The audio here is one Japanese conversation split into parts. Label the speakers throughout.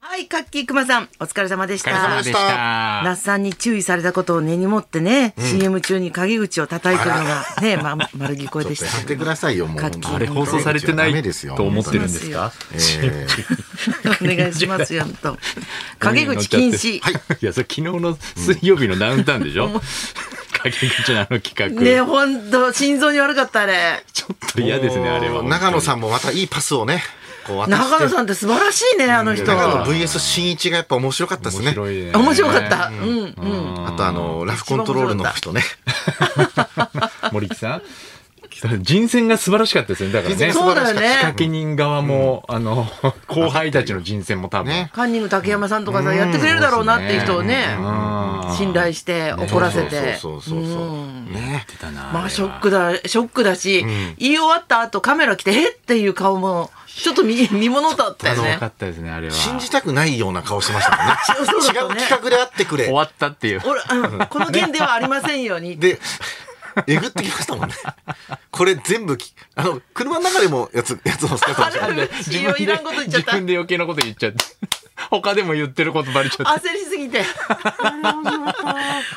Speaker 1: はい、カッキーくまさん、お疲れ様でし
Speaker 2: お疲れ様
Speaker 1: た
Speaker 2: で。した。
Speaker 1: 那須さんに注意されたことを根に持ってね、CM 中に鍵口を叩いてるのが、ね、ま、丸聞こえでした
Speaker 3: やっ
Speaker 1: け
Speaker 3: てく
Speaker 1: ど。
Speaker 3: ださいよ、もう。
Speaker 1: 課金
Speaker 2: あれ放送されてな
Speaker 3: ダメ
Speaker 2: い
Speaker 3: ですよ
Speaker 2: と思ってるんですか
Speaker 3: えー
Speaker 1: お願いしますよ、 と。陰口禁止。
Speaker 2: はい。 いや、それ昨日の水曜日のダウンタウンでしょ陰口のあの企画。
Speaker 1: ね、ほんと、心臓に悪かった、あれ。
Speaker 2: ちょっと嫌ですね、あれは。
Speaker 3: 長野さ
Speaker 2: ん。
Speaker 3: んもまたいいパスをね、こう渡して
Speaker 1: 長野さんって素晴らしいね、あの人。
Speaker 3: 長野
Speaker 1: 面
Speaker 3: VS 新一がやっぱ面白かったです
Speaker 2: 面
Speaker 3: ね。
Speaker 2: 白いね。
Speaker 1: 白かった。うん、うん。
Speaker 3: あとあの、ラフコントロールの人ね。
Speaker 2: 森木さん人選が素晴らしかったですよね。だからね。
Speaker 3: 人選
Speaker 1: そうだよ
Speaker 2: 仕
Speaker 1: ね
Speaker 2: 掛。け人側も、あの、後輩たちの人選も多分。
Speaker 3: ね。
Speaker 1: カンニング竹山さんとかさ、やってくれるだろうなっていう人をね、
Speaker 2: うん
Speaker 1: 信頼して怒らせて。
Speaker 3: そうそうそうそう。ね。
Speaker 2: だな
Speaker 1: まあショックだ、ショックだし、言い終わった後カメラ来て、えっていう顔も、ちょっと見、見ものだったよ
Speaker 2: よ
Speaker 1: ね
Speaker 2: か。ったですね、あれは。
Speaker 3: 信じたくないような顔してましたもんね。
Speaker 1: そうそう
Speaker 3: 違
Speaker 1: だ
Speaker 3: う
Speaker 1: ね
Speaker 3: 企画であってくれ
Speaker 2: 終。わったっていう。
Speaker 1: 俺、うんこの件ではありませんように。
Speaker 3: で、えぐってきましたもんね。これ全部き、あの、車の中でもやつ、やつを使ってま
Speaker 1: あ
Speaker 3: した
Speaker 1: れ、いろいらんこと言っちゃった。焦
Speaker 2: 自分で余計なこと言っちゃって。 他でも言ってることバレちゃった。
Speaker 1: りすぎて。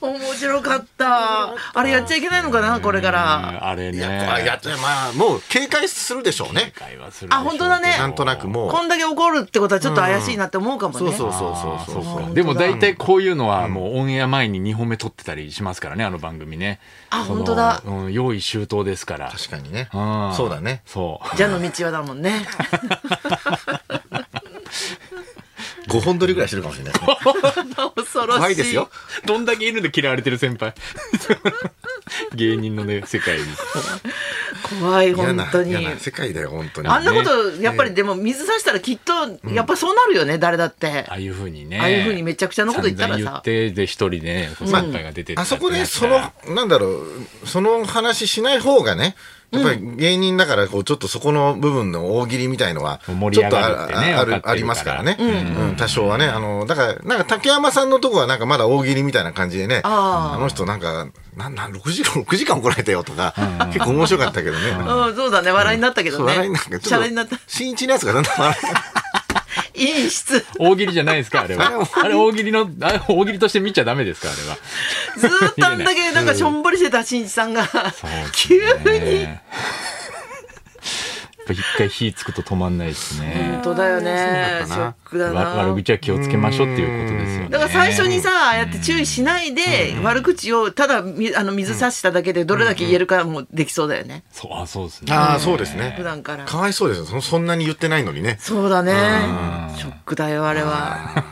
Speaker 1: 面白かった。あれやっちゃいけないのかな、これから。
Speaker 2: あれね。
Speaker 3: いや、これやって、まあ、もう警戒するでしょうね。
Speaker 2: 会話するでしょうけど。
Speaker 1: あ本当だね
Speaker 3: なんとなくもう。
Speaker 1: こんだけ怒るってことはちょっと怪しいなって思うかもね。
Speaker 3: そうそうそう
Speaker 2: あー
Speaker 3: そうそう。
Speaker 2: そうかでも大体こういうのはもうオンエア前に2本目撮ってたりしますからねあの番組ね
Speaker 1: あ
Speaker 2: その
Speaker 1: 本当だ
Speaker 2: うん、用意周到ですから
Speaker 3: 確かにね
Speaker 2: あー。
Speaker 3: そうだね。
Speaker 2: そう
Speaker 1: じゃの道はだもんね。
Speaker 3: 5本撮りぐらいしてるかもしれないですね。
Speaker 1: 恐ろしい。
Speaker 3: 怖いですよ。。
Speaker 2: どんだけ犬で嫌われてる先輩 芸人のね世界に
Speaker 1: 怖い、
Speaker 3: 嫌
Speaker 1: 本
Speaker 3: な、
Speaker 1: 当に
Speaker 3: 嫌。な世界だよ、本当に。
Speaker 1: あんなこと、やっぱりでも水さしたらきっと、やっぱそうなるよね、誰だって
Speaker 2: あ。あいうふうにね
Speaker 1: ああいうふうにめちゃくちゃなこと言ったらさ
Speaker 2: 散々言ってで一人でねこう先輩が出てっちゃ
Speaker 3: あ
Speaker 2: って
Speaker 3: そこで、
Speaker 2: や
Speaker 3: そ
Speaker 2: ったら
Speaker 3: の、なんだろう、その話しない方がね、やっぱり芸人だから、こう、ちょっとそこの部分の大喜利みたいのは、ちょ
Speaker 2: 盛り
Speaker 3: っ
Speaker 2: 上
Speaker 3: と
Speaker 2: が
Speaker 3: あ
Speaker 2: るってね
Speaker 3: あ
Speaker 2: 分かって
Speaker 3: あ
Speaker 2: る
Speaker 3: る
Speaker 2: から
Speaker 3: ありますからね。うん、多少はね。あの、だから、なんか竹山さんのとこはなんかまだ大喜利みたいな感じでね、
Speaker 1: あー
Speaker 3: あの人なんか、なんなん、6時、6時間怒られたよとか、結構面白かったけどね。
Speaker 1: うん、そうだね、笑いになったけど
Speaker 3: そう
Speaker 1: ね。
Speaker 3: 笑いになんか、ち
Speaker 1: シ
Speaker 3: ょ
Speaker 1: ャ
Speaker 3: っ
Speaker 1: レになった
Speaker 3: と。、新一のやつがだんだん笑い
Speaker 1: いい 質。ず
Speaker 2: 大喜利じゃないですかあれはあれ大喜利のあれ大喜利として見ちゃダメですかあれは
Speaker 1: ーっとあんだけ、なんかしょんぼりしてたしんいちさんが、急 に。
Speaker 2: やっぱ一回火つくと止まんないですね
Speaker 1: 本。当だよね。ショ
Speaker 3: そうだったな
Speaker 1: ックだ
Speaker 2: わ悪
Speaker 1: な。
Speaker 2: 口は気をつけましょうっていうことですよね。
Speaker 1: だから最初にさ、ああやって注意しないで、悪口をただみあの水さしただけでどれだけ言えるかもできそうだよね。
Speaker 2: そうあそうですね。
Speaker 3: ああ、そうですね。
Speaker 1: 普段から
Speaker 3: かわいそうですよ。そのそんなに言ってないのにね。
Speaker 1: そうだね。ショックだよ、あれは。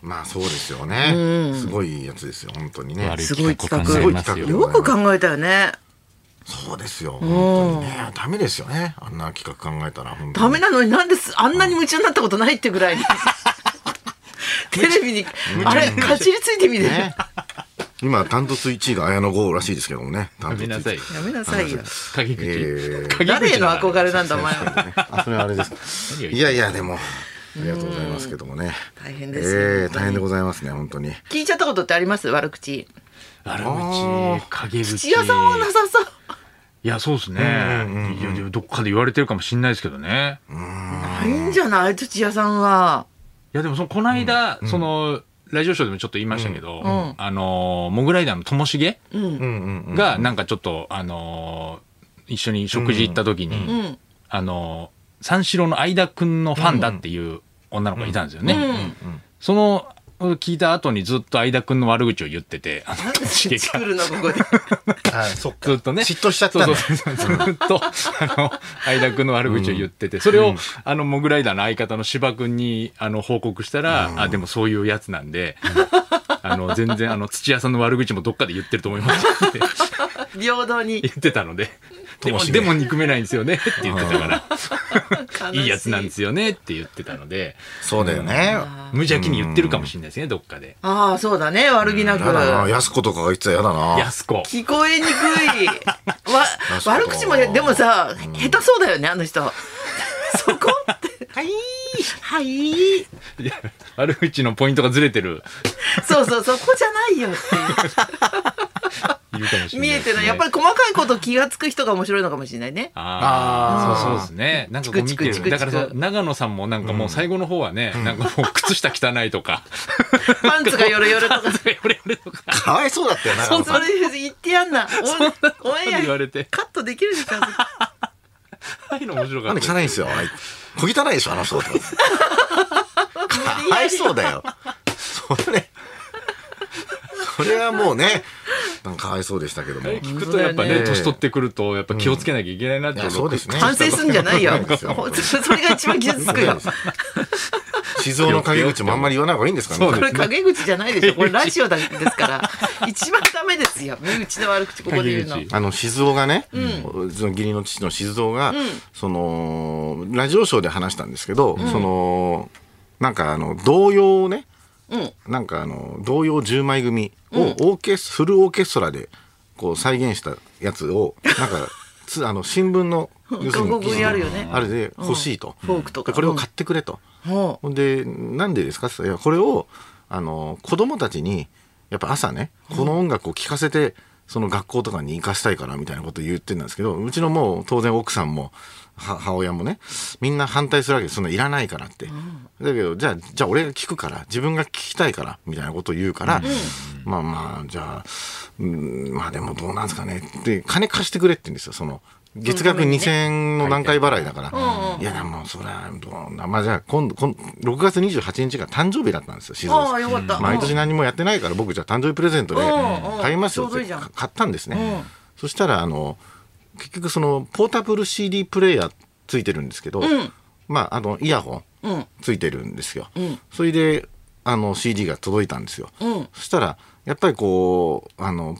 Speaker 3: まあそうですよね。すごいやつですよ、本当にね
Speaker 2: 悪。い
Speaker 1: すごい企画
Speaker 2: 考えますよ
Speaker 3: すごい企
Speaker 1: よく考えたよね。
Speaker 3: そうですよ、本当にね。ダメですよね。あんな企画考えたら、本当
Speaker 1: ダ
Speaker 3: に
Speaker 1: メなのになんです、あんなに夢中になったことないってぐらい に。テレビに、あれ、かじりついてみて。
Speaker 3: ね。 今、単独1位が綾野剛らしいですけどもね。
Speaker 2: や
Speaker 3: 単
Speaker 2: め
Speaker 3: 独
Speaker 2: な
Speaker 3: 1
Speaker 2: さい
Speaker 3: 位。
Speaker 2: よ。
Speaker 1: やめなさいよ。
Speaker 2: 鍵口。
Speaker 3: えー
Speaker 2: 鍵
Speaker 1: 誰へ
Speaker 2: 口
Speaker 1: の
Speaker 2: だな
Speaker 1: 憧れなんだ、お前は。
Speaker 3: あ、それはあれです。
Speaker 2: 何を言って
Speaker 3: いやいや、でも、ありがとうございますけどもね。
Speaker 1: 大変ですよ
Speaker 3: えー大変でございますね、本当に。
Speaker 1: 聞いちゃったことってあります悪口
Speaker 2: 悪
Speaker 3: あ
Speaker 2: 口陰口。
Speaker 1: 土屋さんはなさそう
Speaker 2: いやそうですね。いやでもどっかで言われてるかもしれないですけどね。
Speaker 1: ないんじゃない土屋さんはい
Speaker 2: やでもそのこの間そのラジオショーでもちょっと言いましたけど
Speaker 1: ん、
Speaker 2: あのモグライダーのともしげ
Speaker 1: うん
Speaker 3: うんうんうん。
Speaker 2: がなんかちょっとあの一緒に食事行った時に
Speaker 1: う。ん
Speaker 2: あの、三四郎の相田くんのファンだっていう女の子がいたんですよね。
Speaker 1: うん
Speaker 2: その、聞いた後にずっと相田くんの悪口を言ってて、あの、知 恵
Speaker 1: 作
Speaker 2: が
Speaker 1: るのここで
Speaker 3: あ、そっか。
Speaker 2: ずっとね。
Speaker 3: 嫉妬しちゃったん
Speaker 2: そ
Speaker 3: だ
Speaker 2: うそうそうずっと、あの、相田くんの悪口を言ってて、それを、あの、モグライダーの相方の芝くんに、あの、報告したら、あ、でもそういうやつなんで、あの、全然、あの、土屋さんの悪口もどっかで言ってると思いますって
Speaker 1: 平等に
Speaker 2: 言ってたので、でも、
Speaker 3: ともしげ
Speaker 2: でも憎めないんですよねって言ってたから、
Speaker 1: 悲し
Speaker 2: いいやつなんですよねって言ってたので、
Speaker 3: そうだよね。
Speaker 2: 無邪気に言ってるかもしれないですね、どっかで。
Speaker 1: ああそうだね悪気なく
Speaker 3: やだな。安子とかが言ってたらやだな。
Speaker 2: 安子。
Speaker 1: 聞こえにくいわ
Speaker 3: そう
Speaker 1: 悪口もねでもさ下手そうだよねあの人そこってはいはい
Speaker 2: いや悪口のポイントがずれてる。
Speaker 1: そうそうそこじゃないよっていう
Speaker 2: いるかもしれな
Speaker 1: 見
Speaker 2: い。
Speaker 1: えてない。やっぱり細かいこと気がつく人が面白いのかもしれないね。
Speaker 2: あ
Speaker 3: あ
Speaker 2: あ、
Speaker 3: ー
Speaker 2: そうそうですね。なんかこう見て
Speaker 1: チクチクチ
Speaker 2: る。
Speaker 1: ク
Speaker 2: だからそう長野さんもなんかもう最後の方はね、なんかもう靴下汚いとか、
Speaker 1: パンツがヨロヨロとか。
Speaker 2: 俺俺とか
Speaker 3: かわいそうだったよな。
Speaker 1: そ
Speaker 3: 長野さん
Speaker 1: れ言ってやんな。おオンエア
Speaker 2: 言われて
Speaker 1: カットできるでしょ。
Speaker 2: ああいうの面白か
Speaker 3: なん
Speaker 2: っ
Speaker 3: で
Speaker 2: た。
Speaker 3: 汚いんですよ。あい小汚いでしょ、あの人。 かわいそうだよ。それ、それはもうね、なんかかわいそうでしたけども。い
Speaker 2: 聞くとやっぱ
Speaker 1: 本当だ
Speaker 2: ね、
Speaker 1: よね
Speaker 2: 年取ってくるとやっぱ気をつけなきゃいけないなって
Speaker 3: や、そうですね。
Speaker 1: 反省すんじゃないよ
Speaker 3: そうです。
Speaker 1: ほんとそれが一番傷つくよ。
Speaker 3: 静雄の陰口もあんまり言わない方がいいんですかね。
Speaker 2: そう
Speaker 1: こ
Speaker 2: で
Speaker 1: れ陰口じゃないでしょ。これラジオだですから。一番ダメですよ。身内の悪口ここで言うの
Speaker 2: 陰。口
Speaker 3: あの静雄がね、その義理の父の静雄が、そのラジオショーで話したんですけど、そのなんかあの童謡をね、
Speaker 1: うん
Speaker 3: なんかあの童謡10枚組をオーケス、フルオーケストラでこう再現したや つをなんかつあの新聞の要する
Speaker 1: 広
Speaker 3: に
Speaker 1: 告にあるよね
Speaker 3: あれで欲しいと、
Speaker 1: うんフォークとか
Speaker 3: でこれを買ってくれと。
Speaker 1: ほう
Speaker 3: ほんで、なんでですかって言ったらいやこれを、あの、子供たちに、やっぱ朝ね、この音楽を聴かせて、その学校とかに生かしたいからみたいなこと言ってたんですけど、うちのもう当然奥さんも、は母親もね、みんな反対するわけです。そのいらないからって。だけど、じゃあ、じゃあ俺が聞くから、自分が聞きたいから、みたいなことを言うから、まあまあ、じゃあ、うん、まあでもどうなんですかね。で、金貸してくれって言うんですよ、その。月額2000円の何回払いだから、いやでもそれはどうなまあじゃあ今度今6月28日が誕生日だったんですよ静岡
Speaker 1: ああ、よかった。
Speaker 3: 毎年何もやってないから僕じゃあ誕生日プレゼントで
Speaker 1: うんうん
Speaker 3: 買いますよっ
Speaker 1: ちょうどい
Speaker 3: て
Speaker 1: いじゃん
Speaker 3: 買ったんですね
Speaker 1: うん
Speaker 3: そしたらあの結局そのポータブル CD プレイヤーついてるんですけど、
Speaker 1: ん
Speaker 3: まああのイヤホン
Speaker 1: うん。うん。
Speaker 3: ついてるんですよ、
Speaker 1: ん
Speaker 3: それであの CD が届いたんですよ、
Speaker 1: うん
Speaker 3: そしたらやっぱりこうあの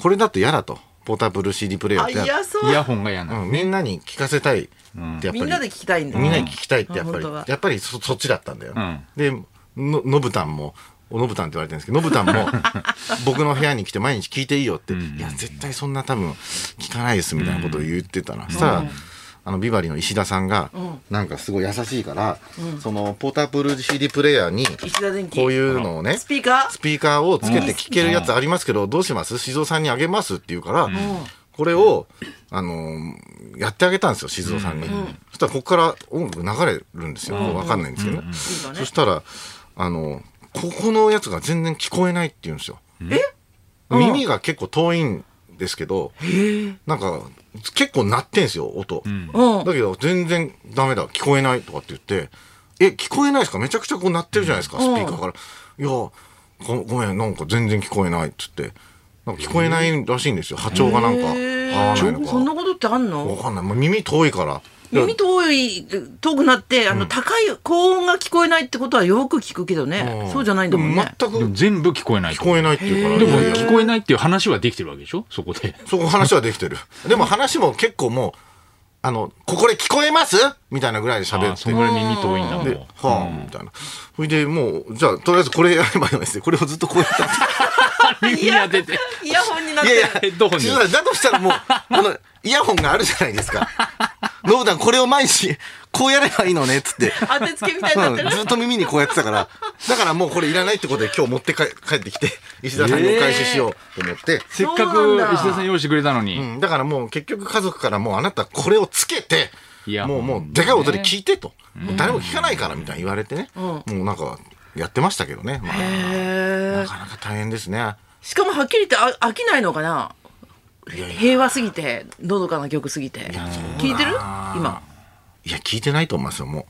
Speaker 3: これだと嫌だとポータブル CD プレイヤー
Speaker 1: あ、
Speaker 3: っ
Speaker 1: い
Speaker 3: て嫌だ
Speaker 1: や、そう
Speaker 2: イ。ヤホンが嫌な。
Speaker 3: うん、みんなに聞かせたいってやっぱり、
Speaker 1: みんなで聞きたいんだ。
Speaker 3: みんなに聞きたいってやっぱ
Speaker 1: うん
Speaker 3: り、
Speaker 1: 本当だ
Speaker 3: やっぱりそそっちだったんだよ、
Speaker 2: ん
Speaker 3: でののぶたんもおのぶたんって言われてるんですけどのぶたんも僕の部屋に来て毎日聞いていいよって、いや絶対そんな多分聞かないですみたいなことを言ってたら、そしたら、あのビバリーの石田さんが、なんかすごい優しいから、そのポータブル CD プレイヤーに
Speaker 1: 石田電機。
Speaker 3: こういうのをね
Speaker 1: スピーカー
Speaker 3: スピーカーをつけて聴けるやつありますけど、どうします静雄さんにあげますって言うから、これを、あのーやってあげたんですよ、静雄さんに。そしたら、ここから音楽流れるんですよ。わかんないんですけど
Speaker 1: い
Speaker 3: ね。
Speaker 1: いわね
Speaker 3: そしたら、あのーここのやつが全然聞こえないって言うんですよ。耳が結構遠いんですけど、なんか、結構鳴ってんですよ、音。
Speaker 1: うん。
Speaker 3: だけど、全然ダメだ、聞こえないとかって言って、え、聞こえないですかめちゃくちゃこう鳴ってるじゃないですか、スピーカーから。いや、ごごめん、なんか全然聞こえないっつって。なんか聞こえないらしいんですよ、波長がなんか合わないの
Speaker 1: そんな
Speaker 3: か。
Speaker 1: ことってあん
Speaker 3: わ
Speaker 1: の
Speaker 3: かんない。もう耳遠いから。
Speaker 1: 耳遠い遠くなってあの高い高音が聞こえないってことはよく聞くけどねそうじゃないんだもん
Speaker 3: で
Speaker 1: ね
Speaker 3: 全く
Speaker 2: でも全部聞こえないと
Speaker 3: 聞
Speaker 2: 思う。
Speaker 3: こえないっていうから。
Speaker 2: でも
Speaker 3: いやいや
Speaker 2: 聞こえないっていう話はできてるわけでしょそこで。
Speaker 3: そこ話はできてる。でも話も結構もう、あの、ここで聞こえますみたいなぐらいで喋
Speaker 2: あ
Speaker 3: っ
Speaker 2: あ、
Speaker 3: て
Speaker 2: そんぐらい耳遠いんだも
Speaker 3: で、
Speaker 2: ん
Speaker 3: は。あ、みたいな。それでもう、じゃあ、とりあえずこれやればいいんですよ。これをずっとこうやって。
Speaker 2: 耳当てて。
Speaker 1: イヤホンになっ
Speaker 3: い
Speaker 1: て
Speaker 3: や
Speaker 1: る
Speaker 3: いや、
Speaker 2: ヘッドホンに
Speaker 3: 静さんだとしたらもう、この、イヤホンがあるじゃないです か。ノブダン、これを毎日、こうやればいいのね、っつ って。
Speaker 1: 当てつけみたいに
Speaker 3: う
Speaker 1: なっ
Speaker 3: ん
Speaker 1: てる
Speaker 3: ずっと耳にこうやってたから、だからもうこれいらないってことで今日持って帰帰ってき て、石田さんにお返ししようと思って、
Speaker 2: せっか
Speaker 1: そう
Speaker 2: く
Speaker 1: なんだ
Speaker 2: 石田さん用意してくれたの
Speaker 3: う
Speaker 2: に。
Speaker 3: ん、だからもう結局家族からもうあなたこれをつけて
Speaker 2: いや
Speaker 3: もうもうでかい音で聞いてと、もう誰も聞かないからみたいに言われてね、もうなんかやってましたけどね、まあ、
Speaker 1: へ
Speaker 3: な
Speaker 1: ー
Speaker 3: かなか大変ですね。
Speaker 1: しかもはっきり言ってあ飽きないのかない
Speaker 3: やいや
Speaker 1: 平和すぎてのどかな曲すぎて聞いてる今
Speaker 3: いや、聞いてないと思いますよ、も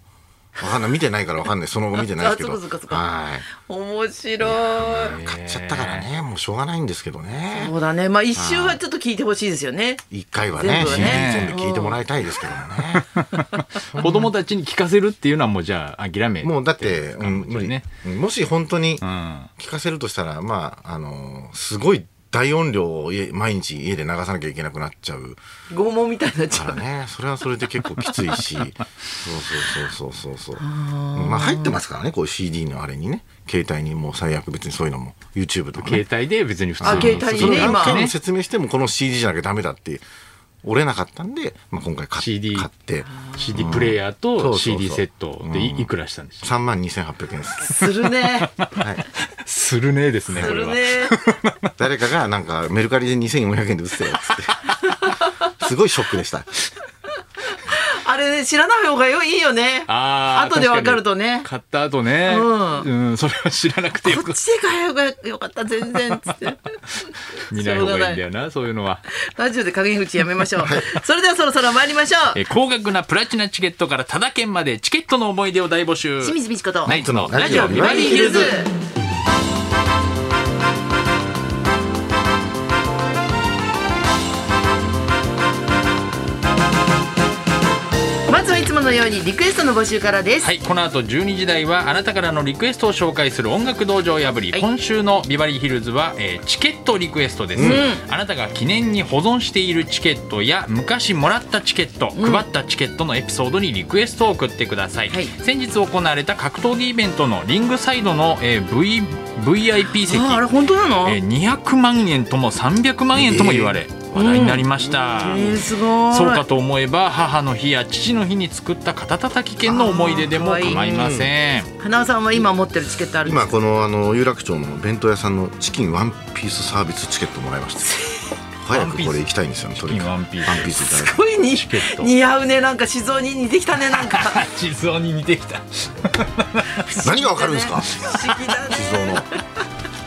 Speaker 3: う。わかんない。見てないからわかんない。その後見てないですけど。
Speaker 1: あそっかそっかそっか
Speaker 3: は
Speaker 1: 面白い
Speaker 3: い。買っちゃったからね、もうしょうがないんですけどね。
Speaker 1: そうだねまあ一周はちょっと聞いてほしいですよね
Speaker 3: 一回は
Speaker 1: 全
Speaker 3: ね
Speaker 1: 部、は
Speaker 3: CD
Speaker 1: ね
Speaker 3: 全部聞いてもらいたいですけどもね。
Speaker 2: 子供たちに聞かせるっていうのはもうじゃあ諦め。
Speaker 3: もうだって、うん
Speaker 2: もち
Speaker 3: 無
Speaker 2: ろん
Speaker 3: 理
Speaker 2: ね。
Speaker 3: うんもし本当に
Speaker 2: うん。
Speaker 3: 聞
Speaker 2: あ
Speaker 3: かせるとしたら、まあ、あの、すごい大音量を家毎日家で流さなきゃいけなくなっちゃう
Speaker 1: 拷問みたいになっち
Speaker 3: か
Speaker 1: ゃ
Speaker 3: ら
Speaker 1: う
Speaker 3: ね。それはそれで結構きついし。そうそうそうそうそうそう。まあ入ってますからね、こう CD のあれにね。携帯にもう最悪別にそういうのも YouTube とかね
Speaker 2: 携帯で別に普通
Speaker 1: あ携帯
Speaker 3: そ
Speaker 1: に
Speaker 3: の
Speaker 1: ね今
Speaker 3: 何回も説明してもこの CD じゃなきゃダメだって折れなかったんで、まあ、今回買っ
Speaker 2: CD
Speaker 3: 買って
Speaker 2: CD プレイヤー
Speaker 3: そう
Speaker 2: と
Speaker 3: そうそう
Speaker 2: CD セットでいいくらしたんでしょ
Speaker 3: 3万2800円です。
Speaker 1: するね
Speaker 3: はい、
Speaker 2: するねーですね、
Speaker 1: す
Speaker 2: これ
Speaker 1: る
Speaker 2: は。
Speaker 1: ね。
Speaker 3: 誰かがなんかメルカリで2400円で売ってたよっつって。すごいショックでした。
Speaker 1: あれね、知らない方がよいいよね。
Speaker 2: あー
Speaker 1: 後でわかるとね
Speaker 2: 確かに買った後ね、
Speaker 1: うん
Speaker 2: うん、それは知らなくてよ
Speaker 1: こ
Speaker 2: く
Speaker 1: っちで買えばよかった、全然。つ って。
Speaker 2: 見ない方がいいんだよな、そういうのは。
Speaker 1: ラジオで陰口やめましょう。それではそろそろ参りましょう。
Speaker 2: えー高額なプラチナチケットからタダ券までチケットの思い出を大募集。
Speaker 1: 清水美智子と
Speaker 2: ナイツのラ
Speaker 3: ラ
Speaker 2: ジ
Speaker 3: ジ
Speaker 2: オ
Speaker 3: オ
Speaker 2: ビ
Speaker 3: ビ
Speaker 2: バ
Speaker 3: バ
Speaker 2: リ
Speaker 3: リ
Speaker 2: ー
Speaker 3: ー
Speaker 2: ヒ
Speaker 3: ヒ
Speaker 2: ル
Speaker 3: ル
Speaker 2: ズ
Speaker 3: ズ。
Speaker 1: まずはいつものようにリクエストの募集からです。
Speaker 2: はい、この後12時台はあなたからのリクエストを紹介する音楽道場破り、
Speaker 1: はい
Speaker 2: 今週のビバリーヒルズは、えーチケットリクエストです、あなたが記念に保存しているチケットや昔もらったチケット、配ったチケットのエピソードにリクエストを送ってください、
Speaker 1: はい
Speaker 2: 先日行われた格闘技イベントのリングサイドの、えー v VIP 席
Speaker 1: ああれ本当なの、
Speaker 2: えー200万円とも300万円とも言われ、話題になりました、
Speaker 1: えーすごい
Speaker 2: そうかと思えば母の日や父の日に作った肩たたき券の思い出でも構いません
Speaker 1: 花輪さんは今持ってるチケットあるんです
Speaker 3: 今
Speaker 1: か
Speaker 3: このあの有楽町の弁当屋さんのチキンワンピースサービスチケットもらいました。早くこれ行きたいんですよね。
Speaker 2: チキンワンピース
Speaker 3: ワンピースいただいて
Speaker 1: すごいに
Speaker 2: チケット
Speaker 1: 似合うねなんか静雄に似てきたねなんか
Speaker 2: 地蔵に似てきた
Speaker 3: 何がわかるんですか
Speaker 1: 不思議だね
Speaker 3: 静雄の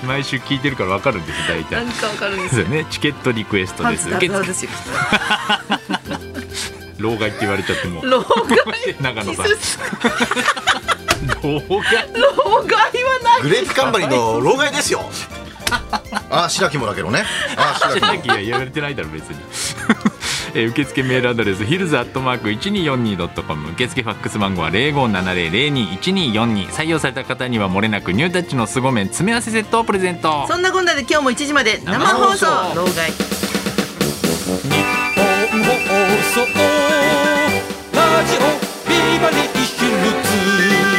Speaker 2: 毎週聞いてるからわかるんです大体
Speaker 1: なんかわかるんで
Speaker 2: そ
Speaker 1: す
Speaker 2: う
Speaker 1: よ
Speaker 2: よねチケットリクエスト
Speaker 1: パ
Speaker 2: で
Speaker 1: ン
Speaker 2: す
Speaker 1: ツ
Speaker 2: 受
Speaker 1: だから
Speaker 2: 付
Speaker 1: ですよ
Speaker 2: 老害って言われちゃっても
Speaker 1: 老害
Speaker 2: 長野
Speaker 1: キ
Speaker 2: さん
Speaker 1: ス
Speaker 2: 老害
Speaker 1: 老害は
Speaker 3: グレープカンパニーの老害ですよ。ああ白木もだけどね。ああ白木も。
Speaker 2: いややられてないだろ別にえー受付メールアドレスヒルズアットマーク 1242.com 受付ファックス番号は0570021242採用された方にはもれなくニュータッチの凄麺詰め合わせセットをプレゼント
Speaker 1: ないそんなこんなで今日も1時まで生
Speaker 2: 生
Speaker 1: 放
Speaker 2: 放送
Speaker 1: 送老害
Speaker 4: ラジオビバリーヒルズ」